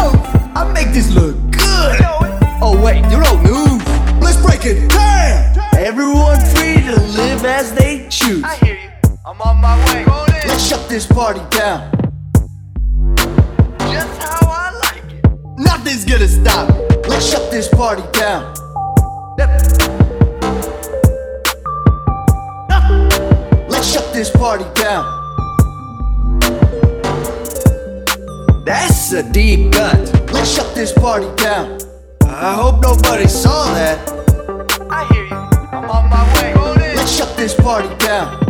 I make this look good. Oh wait, you don't news. Let's break it down. Everyone free to live as they choose. I hear you. I'm on my way. Rolling Let's shut this party down. just how I like it. Nothing's gonna stop. it. Let's shut this party down. Let's shut this party down. That's a deep cut. Let's shut this party down. I hope nobody saw that. I hear you. I'm on my way. Rolling Let's shut this party down.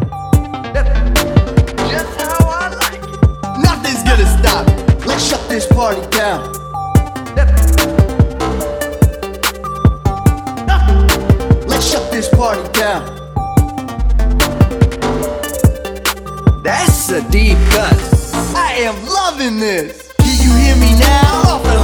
just how I like it. Nothing's gonna stop. it. Let's shut this party down. Let's shut this party down. That's a deep cut. I am loving this. Can you hear me now? Off the